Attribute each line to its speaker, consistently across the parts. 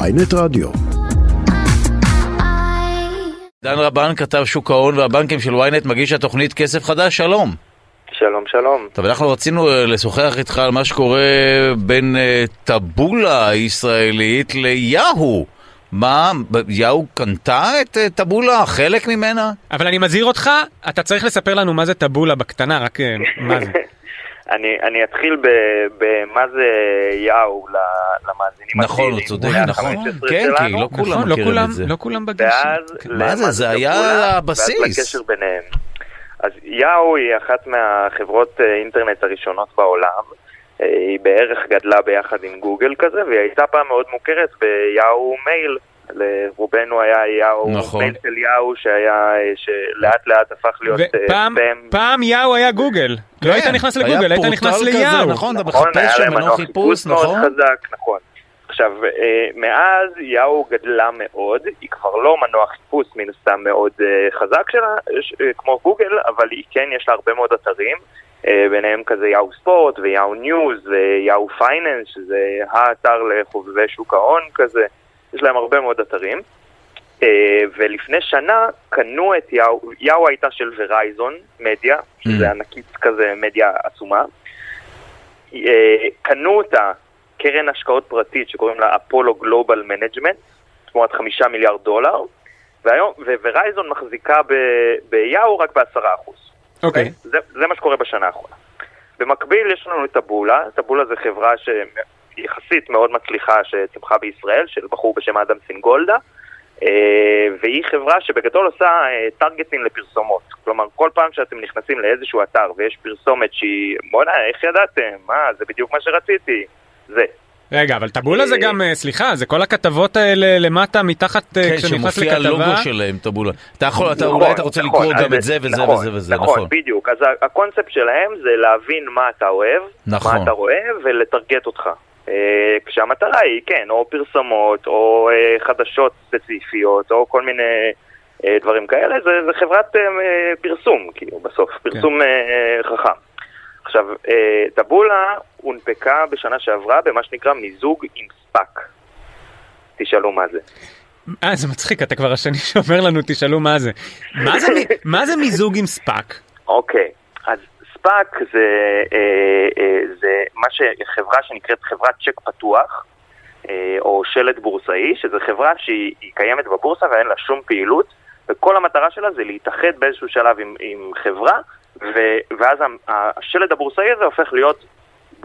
Speaker 1: ויינט רדיו.
Speaker 2: דן רבן כתב שוק ההון והבנקים של ynet מגיש התוכנית כסף חדש, שלום.
Speaker 3: שלום, שלום.
Speaker 2: טוב, אנחנו רצינו אה, לשוחח איתך על מה שקורה בין אה, טבולה הישראלית ליהו. מה, ב- יהו קנתה את אה, טבולה? חלק ממנה?
Speaker 4: אבל אני מזהיר אותך, אתה צריך לספר לנו מה זה טבולה בקטנה, רק אה, מה זה.
Speaker 3: אני, אני אתחיל ב- במה זה יאו ל- למאזינים
Speaker 2: נכון, הוא
Speaker 3: הצעירים,
Speaker 2: צודק,
Speaker 3: בני
Speaker 2: נכון.
Speaker 3: ה-15
Speaker 2: כן,
Speaker 3: שלנו,
Speaker 2: כי לא כולם
Speaker 4: נכון, לא
Speaker 2: מכירים
Speaker 4: כולם,
Speaker 2: את זה.
Speaker 4: לא כולם בגשם.
Speaker 3: ואז
Speaker 4: כן.
Speaker 2: מה זה? זה
Speaker 3: למאזינים
Speaker 2: היה
Speaker 3: לכולם,
Speaker 2: הבסיס.
Speaker 3: ואז לקשר ביניהם. אז יאו היא אחת מהחברות אה, אינטרנט הראשונות בעולם. אה, היא בערך גדלה ביחד עם גוגל כזה, והיא הייתה פעם מאוד מוכרת ביאו מייל. לרובנו היה יאו,
Speaker 2: נכון.
Speaker 3: מייל של יאו שהיה, אה, שלאט לאט הפך להיות אה,
Speaker 4: ופעם,
Speaker 3: ספאם.
Speaker 4: פעם יאו היה גוגל. לא היית נכנס
Speaker 2: כן, היה
Speaker 4: לגוגל, היית
Speaker 2: פורטל
Speaker 4: נכנס
Speaker 2: כזה,
Speaker 4: ליאו.
Speaker 2: נכון, אתה
Speaker 3: נכון, היה
Speaker 2: מחפש שם
Speaker 3: להם
Speaker 2: מנוע חיפוש,
Speaker 3: מאוד
Speaker 2: נכון?
Speaker 3: חזק, נכון. עכשיו, אה, מאז יאו גדלה מאוד, היא כבר לא מנוע חיפוש מן הסתם מאוד אה, חזק שלה, אה, ש- אה, כמו גוגל, אבל היא כן, יש לה הרבה מאוד אתרים, אה, ביניהם כזה יאו ספורט ויאו ניוז ויאו פייננס, שזה האתר לחובבי שוק ההון כזה, יש להם הרבה מאוד אתרים. אה, ולפני שנה קנו את יאו, יאו הייתה של ורייזון מדיה,
Speaker 2: Mm.
Speaker 3: שזה ענקית כזה מדיה עצומה. אה, קנו אותה קרן השקעות פרטית שקוראים לה אפולו גלובל מנג'מנט, תמורת חמישה מיליארד דולר, והיום, וורייזון מחזיקה ב- ביאו רק בעשרה אחוז.
Speaker 4: אוקיי.
Speaker 3: זה, זה מה שקורה בשנה האחרונה. במקביל יש לנו את טבולה, טבולה זה חברה שיחסית מאוד מצליחה שצמחה בישראל, של בחור בשם אדם סינגולדה, אה, והיא חברה שבגדול עושה אה, טרגטינג לפרסומות. כלומר, כל פעם שאתם נכנסים לאיזשהו אתר ויש פרסומת שהיא, בוא'נה, איך ידעתם? מה, זה בדיוק מה שרציתי. זה.
Speaker 4: רגע, אבל טבולה זה גם, אה, סליחה, זה כל הכתבות האלה למטה, מתחת, אה,
Speaker 2: כן,
Speaker 4: כשנכנס
Speaker 2: שמופיע הלוגו
Speaker 4: לכתבה.
Speaker 2: שלהם, טבולה. אתה יכול, אתה
Speaker 3: נכון,
Speaker 2: אולי אתה רוצה
Speaker 3: נכון,
Speaker 2: לקרוא
Speaker 3: אז
Speaker 2: גם את זה וזה
Speaker 3: נכון,
Speaker 2: וזה וזה,
Speaker 3: נכון,
Speaker 2: נכון.
Speaker 3: בדיוק. אז ה- הקונספט שלהם זה להבין מה אתה אוהב,
Speaker 2: נכון.
Speaker 3: מה אתה רואה, ולטרגט אותך. אה, כשהמטרה היא, כן, או פרסומות, או אה, חדשות ספציפיות, או כל מיני אה, דברים כאלה, זה, זה חברת אה, אה, פרסום, כאילו, בסוף,
Speaker 2: כן.
Speaker 3: פרסום אה, אה, חכם. עכשיו, אה, טבולה הונפקה בשנה שעברה במה שנקרא מיזוג עם ספאק. תשאלו מה זה.
Speaker 4: אה, זה מצחיק, אתה כבר השני שאומר לנו, תשאלו מה זה. מה זה מ- מה זה מיזוג עם ספאק?
Speaker 3: אוקיי, אז ספאק זה, אה, אה, זה מה שחברה שנקראת חברת צ'ק פתוח, אה, או שלט בורסאי, שזו חברה שהיא היא קיימת בבורסה ואין לה שום פעילות, וכל המטרה שלה זה להתאחד באיזשהו שלב עם, עם חברה, ו, ואז ה- השלט הבורסאי הזה הופך להיות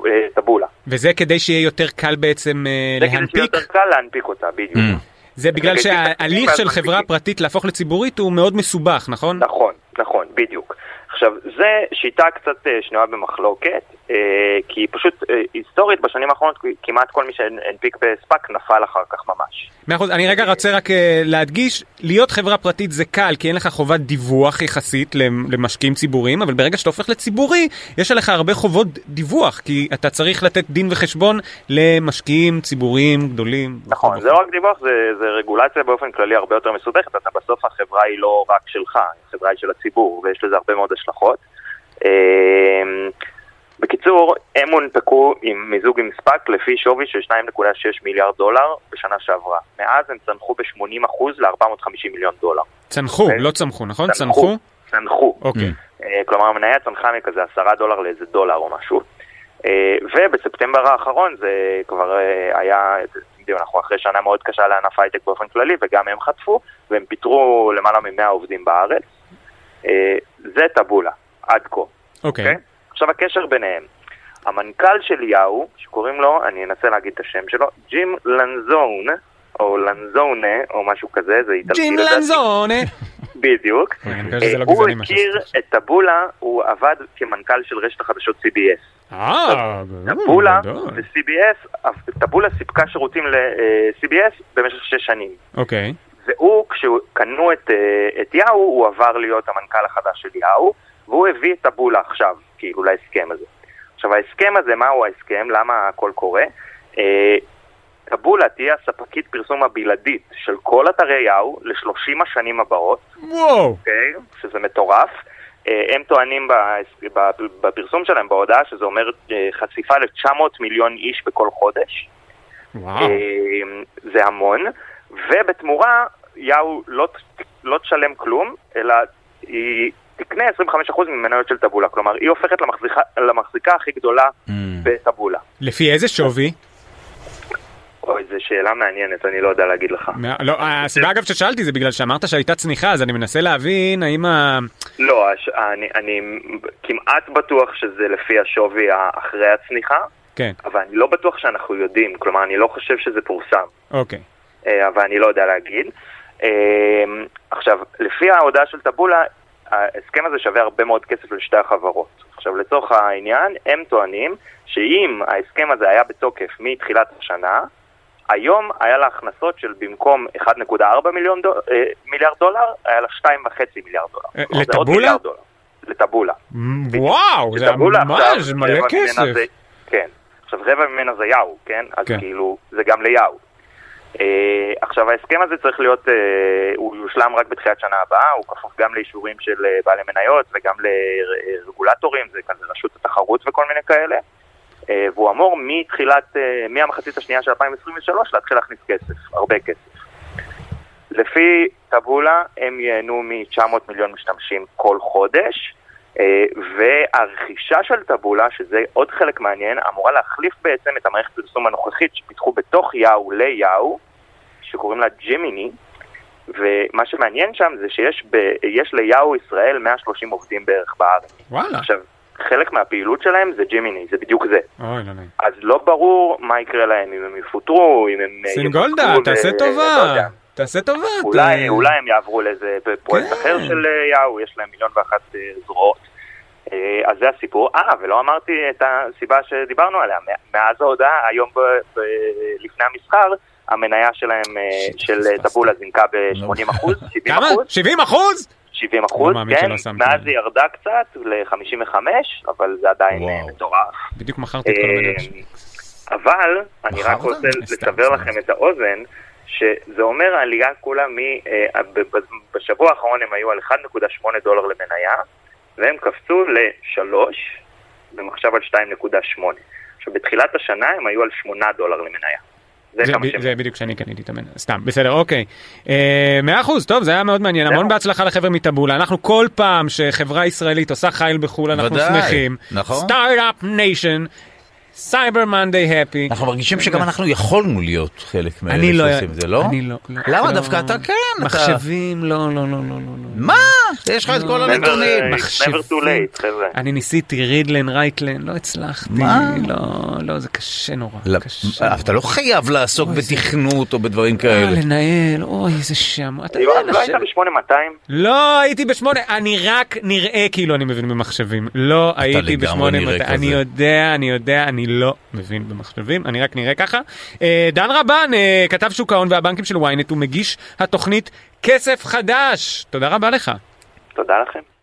Speaker 3: אה, טבולה.
Speaker 4: וזה כדי שיהיה יותר קל בעצם אה,
Speaker 3: זה כדי שיהיה
Speaker 4: להנפיק?
Speaker 3: יותר קל להנפיק אותה, בדיוק.
Speaker 2: Mm.
Speaker 4: זה בגלל
Speaker 3: כדי
Speaker 4: שההליך
Speaker 3: שיהיה יותר
Speaker 4: של
Speaker 3: קל
Speaker 4: חברה
Speaker 3: להנפיק.
Speaker 4: פרטית להפוך לציבורית הוא מאוד מסובך, נכון?
Speaker 3: נכון, נכון, בדיוק. עכשיו, זו שיטה קצת אה, שנויה במחלוקת, אה, כי פשוט אה, היסטורית בשנים האחרונות כמעט כל מי שהנפיק בספאק נפל אחר כך ממש.
Speaker 4: מאה אחוז, אני רגע רוצה רק אה, להדגיש, להיות חברה פרטית זה קל, כי אין לך חובת דיווח יחסית למ- למשקיעים ציבוריים, אבל ברגע שאתה הופך לציבורי, יש עליך הרבה חובות דיווח, כי אתה צריך לתת דין וחשבון למשקיעים ציבוריים גדולים.
Speaker 3: נכון, זה לא רק דיווח, זה, זה רגולציה באופן כללי הרבה יותר מסובכת, אתה בסוף החברה היא לא רק שלך, החברה היא של הציבור, ויש לזה הרבה מאוד השלכות. אה, בקיצור, הם הונפקו עם מיזוג עם ספאק לפי שווי של 2.6 מיליארד דולר בשנה שעברה. מאז הם צנחו ב-80% ל-450 מיליון דולר.
Speaker 4: צנחו,
Speaker 3: אוקיי.
Speaker 4: לא צמחו, נכון?
Speaker 3: צנחו.
Speaker 4: צנחו?
Speaker 3: צנחו.
Speaker 4: אוקיי.
Speaker 3: אה, כלומר המניה צנחה מכזה עשרה דולר לאיזה דולר או משהו. אה, ובספטמבר האחרון זה כבר אה, היה, אתם יודעים, אנחנו אחרי שנה מאוד קשה לענף הייטק באופן כללי, וגם הם חטפו, והם פיטרו למעלה מ-100 עובדים בארץ. אה, זה טבולה, עד כה.
Speaker 4: אוקיי.
Speaker 3: עכשיו הקשר ביניהם. המנכ"ל של יאו, שקוראים לו, אני אנסה להגיד את השם שלו, ג'ים לנזון, או לנזונה, או משהו כזה, זה איטלקי
Speaker 4: ג'ים
Speaker 3: לדעתי.
Speaker 4: לנזונה.
Speaker 3: בדיוק. אה,
Speaker 4: אני מקווה שזה לא
Speaker 3: הוא
Speaker 4: גזעני מה
Speaker 3: הכיר
Speaker 4: שעשית
Speaker 3: את טבולה, הוא עבד כמנכ"ל של רשת החדשות CBS.
Speaker 4: עכשיו. אה,
Speaker 3: טבולה
Speaker 4: גדול.
Speaker 3: ו-CBS, טבולה סיפקה שירותים אה, ל-CBS במשך שש שנים.
Speaker 4: אוקיי.
Speaker 3: והוא, כשקנו את, אה, את יאו, הוא עבר להיות המנכ"ל החדש של יאו, והוא הביא את טבולה עכשיו, כאילו, להסכם הזה. עכשיו, ההסכם הזה, מהו ההסכם? למה הכל קורה? אה, טבולה תהיה הספקית פרסום הבלעדית של כל אתרי יאו ל-30 השנים הבאות.
Speaker 4: וואו.
Speaker 3: אוקיי, שזה מטורף. אה, הם טוענים בהס- ב- בפרסום שלהם, בהודעה, שזה אומר אה, חשיפה ל-900 מיליון איש בכל חודש.
Speaker 4: וואו.
Speaker 3: אה, זה המון, ובתמורה יאו לא, ת- לא תשלם כלום, אלא היא תקנה 25% ממניות של טבולה, כלומר היא הופכת למחזיקה, למחזיקה הכי גדולה
Speaker 2: Mm,
Speaker 3: בטבולה.
Speaker 4: לפי איזה שווי?
Speaker 3: אוי, זו שאלה מעניינת, אני לא יודע להגיד לך.
Speaker 4: מה- לא,
Speaker 3: אה,
Speaker 4: הסיבה אגב ששאלתי זה בגלל שאמרת שהייתה צניחה, אז אני מנסה להבין האם ה...
Speaker 3: לא, הש- אני, אני כמעט בטוח שזה לפי השווי אחרי הצניחה,
Speaker 4: כן,
Speaker 3: אבל אני לא בטוח שאנחנו יודעים, כלומר אני לא חושב שזה פורסם.
Speaker 4: אוקיי.
Speaker 3: אה, אבל אני לא יודע להגיד. אה, עכשיו, לפי ההודעה של טבולה, ההסכם הזה שווה הרבה מאוד כסף לשתי החברות. עכשיו, לצורך העניין, הם טוענים שאם ההסכם הזה היה בתוקף מתחילת השנה, היום היה לה הכנסות של במקום 1.4 מיליון דול, אה, מיליארד דולר, היה לה 2.5 מיליארד דולר.
Speaker 4: אה,
Speaker 3: כלומר, זה עוד
Speaker 4: לטבולה?
Speaker 3: מיליארד דולר. לטבולה.
Speaker 4: וואו, זה
Speaker 3: תבלו לה עכשיו,
Speaker 4: ממש מלא
Speaker 3: רבע ממנה
Speaker 4: כסף.
Speaker 3: זה- כן. עכשיו רבע ממנה זה יאו, כן? אז
Speaker 4: כן.
Speaker 3: כאילו, זה גם ליאו. אה, עכשיו ההסכם הזה צריך להיות, אה, הוא יושלם רק בתחילת שנה הבאה, הוא כפוף גם לאישורים של אה, בעלי מניות וגם לרגולטורים, זה כזה רשות התחרות וכל מיני כאלה. אה, והוא אמור מתחילת, אה, מהמחצית השנייה של 2023 להתחיל להכניס כסף, הרבה כסף. לפי טבולה הם ייהנו מ-900 מיליון משתמשים כל חודש, אה, והרכישה של טבולה, שזה עוד חלק מעניין, אמורה להחליף בעצם את המערכת הפרסום הנוכחית שפיתחו בתוך יאו ליאו, שקוראים לה ג'ימיני, ומה שמעניין שם זה שיש ב- יש ליאו ישראל 130 עובדים בערך בארץ.
Speaker 4: וואלה.
Speaker 3: עכשיו, חלק מהפעילות שלהם זה ג'ימיני, זה בדיוק זה.
Speaker 4: אוי, לא נעים.
Speaker 3: אז לא ברור מה יקרה להם, אם הם יפוטרו, אם הם... אה,
Speaker 4: סינגולדה,
Speaker 3: יפוטרו,
Speaker 4: תעשה
Speaker 3: ו- לא
Speaker 4: טובה.
Speaker 3: יודע.
Speaker 4: תעשה טובה. אתה-
Speaker 3: אולי, אולי הם יעברו לאיזה פרויקט
Speaker 4: כן.
Speaker 3: אחר של אה, יאו, יש להם מיליון ואחת אה, זרועות. אה, אז זה הסיפור. אה, ולא אמרתי את הסיבה שדיברנו עליה. מ- מאז ההודעה, היום ב, ב, לפני המסחר, המניה שלהם, אה,
Speaker 4: שיט,
Speaker 3: של אה,
Speaker 4: פספסתי. לא.
Speaker 3: טבולה זינקה ב-80 אחוז, 70
Speaker 4: כמה?
Speaker 3: אחוז,
Speaker 4: 70 אחוז?
Speaker 3: 70 אחוז,
Speaker 4: מאמין
Speaker 3: כן,
Speaker 4: שלא שמתי
Speaker 3: מאז
Speaker 4: לב.
Speaker 3: היא ירדה קצת ל-55, אבל זה עדיין אה,
Speaker 2: וואו.
Speaker 3: מטורף.
Speaker 4: בדיוק מכרתי את כל המניות. שלי.
Speaker 3: אה, אבל אני
Speaker 2: מכרת?
Speaker 3: רק רוצה
Speaker 4: סתם,
Speaker 3: לסבר
Speaker 4: סתם,
Speaker 3: לכם את האוזן, שזה אומר עלייה כולה מ... אה, ב- ב- בשבוע האחרון הם היו על 1.8 דולר למניה, והם קפצו ל-3, והם עכשיו על 2.8. עכשיו, בתחילת השנה הם היו על 8 דולר למניה. זה
Speaker 4: זה
Speaker 3: כמה
Speaker 4: ב-
Speaker 3: שהם...
Speaker 4: זה בדיוק שאני קניתי את המניה, סתם, בסדר, אוקיי. אה, מאה אחוז, טוב, זה היה מאוד מעניין, המון
Speaker 3: זהו.
Speaker 4: בהצלחה לחבר'ה מטבולה. אנחנו כל פעם שחברה ישראלית עושה חייל בחו"ל, אנחנו
Speaker 2: ודאי,
Speaker 4: שמחים.
Speaker 2: נכון.
Speaker 4: סטארט-אפ ניישן, סייבר מונדי הפי.
Speaker 2: אנחנו מרגישים שגם אנחנו יכולנו להיות חלק מאלה
Speaker 4: אני לא...
Speaker 2: שעושים את זה, לא?
Speaker 4: אני לא. לא,
Speaker 2: למה?
Speaker 4: לא.
Speaker 2: דווקא אתה כן, אתה-
Speaker 4: מחשבים, לא, לא, לא, לא, לא. לא.
Speaker 2: מה? יש לך את כל
Speaker 4: Never,
Speaker 3: Never,
Speaker 2: הנתונים.
Speaker 3: אה,
Speaker 4: מחשבים.
Speaker 3: never too late, חבר'ה.
Speaker 4: אני ניסיתי רידלן, רייטלן, לא הצלחתי.
Speaker 2: מה?
Speaker 4: לא, לא, זה קשה נורא.
Speaker 2: לא,
Speaker 4: קשה
Speaker 2: אבל אתה לא חייב לעסוק
Speaker 4: אוי, זה-
Speaker 2: בתכנות או בדברים
Speaker 4: נורא.
Speaker 2: כאלה.
Speaker 4: אה, לנהל, אוי, איזה שם. אתה יודע,
Speaker 3: יואב, לא היית
Speaker 4: לשבת-
Speaker 3: ב-8200?
Speaker 4: לא הייתי בשמונה, אני רק נראה כאילו אני מבין במחשבים. לא הייתי
Speaker 2: לגמרי
Speaker 4: בשמונה,
Speaker 2: נראה
Speaker 4: מתי-
Speaker 2: כזה.
Speaker 4: אני יודע, אני יודע, אני לא מבין במחשבים, אני רק נראה ככה. אה, דן רבן, אה, כתב שוק ההון והבנקים של ynet, הוא מגיש התוכנית כסף חדש. תודה רבה לך.
Speaker 3: תודה לכם.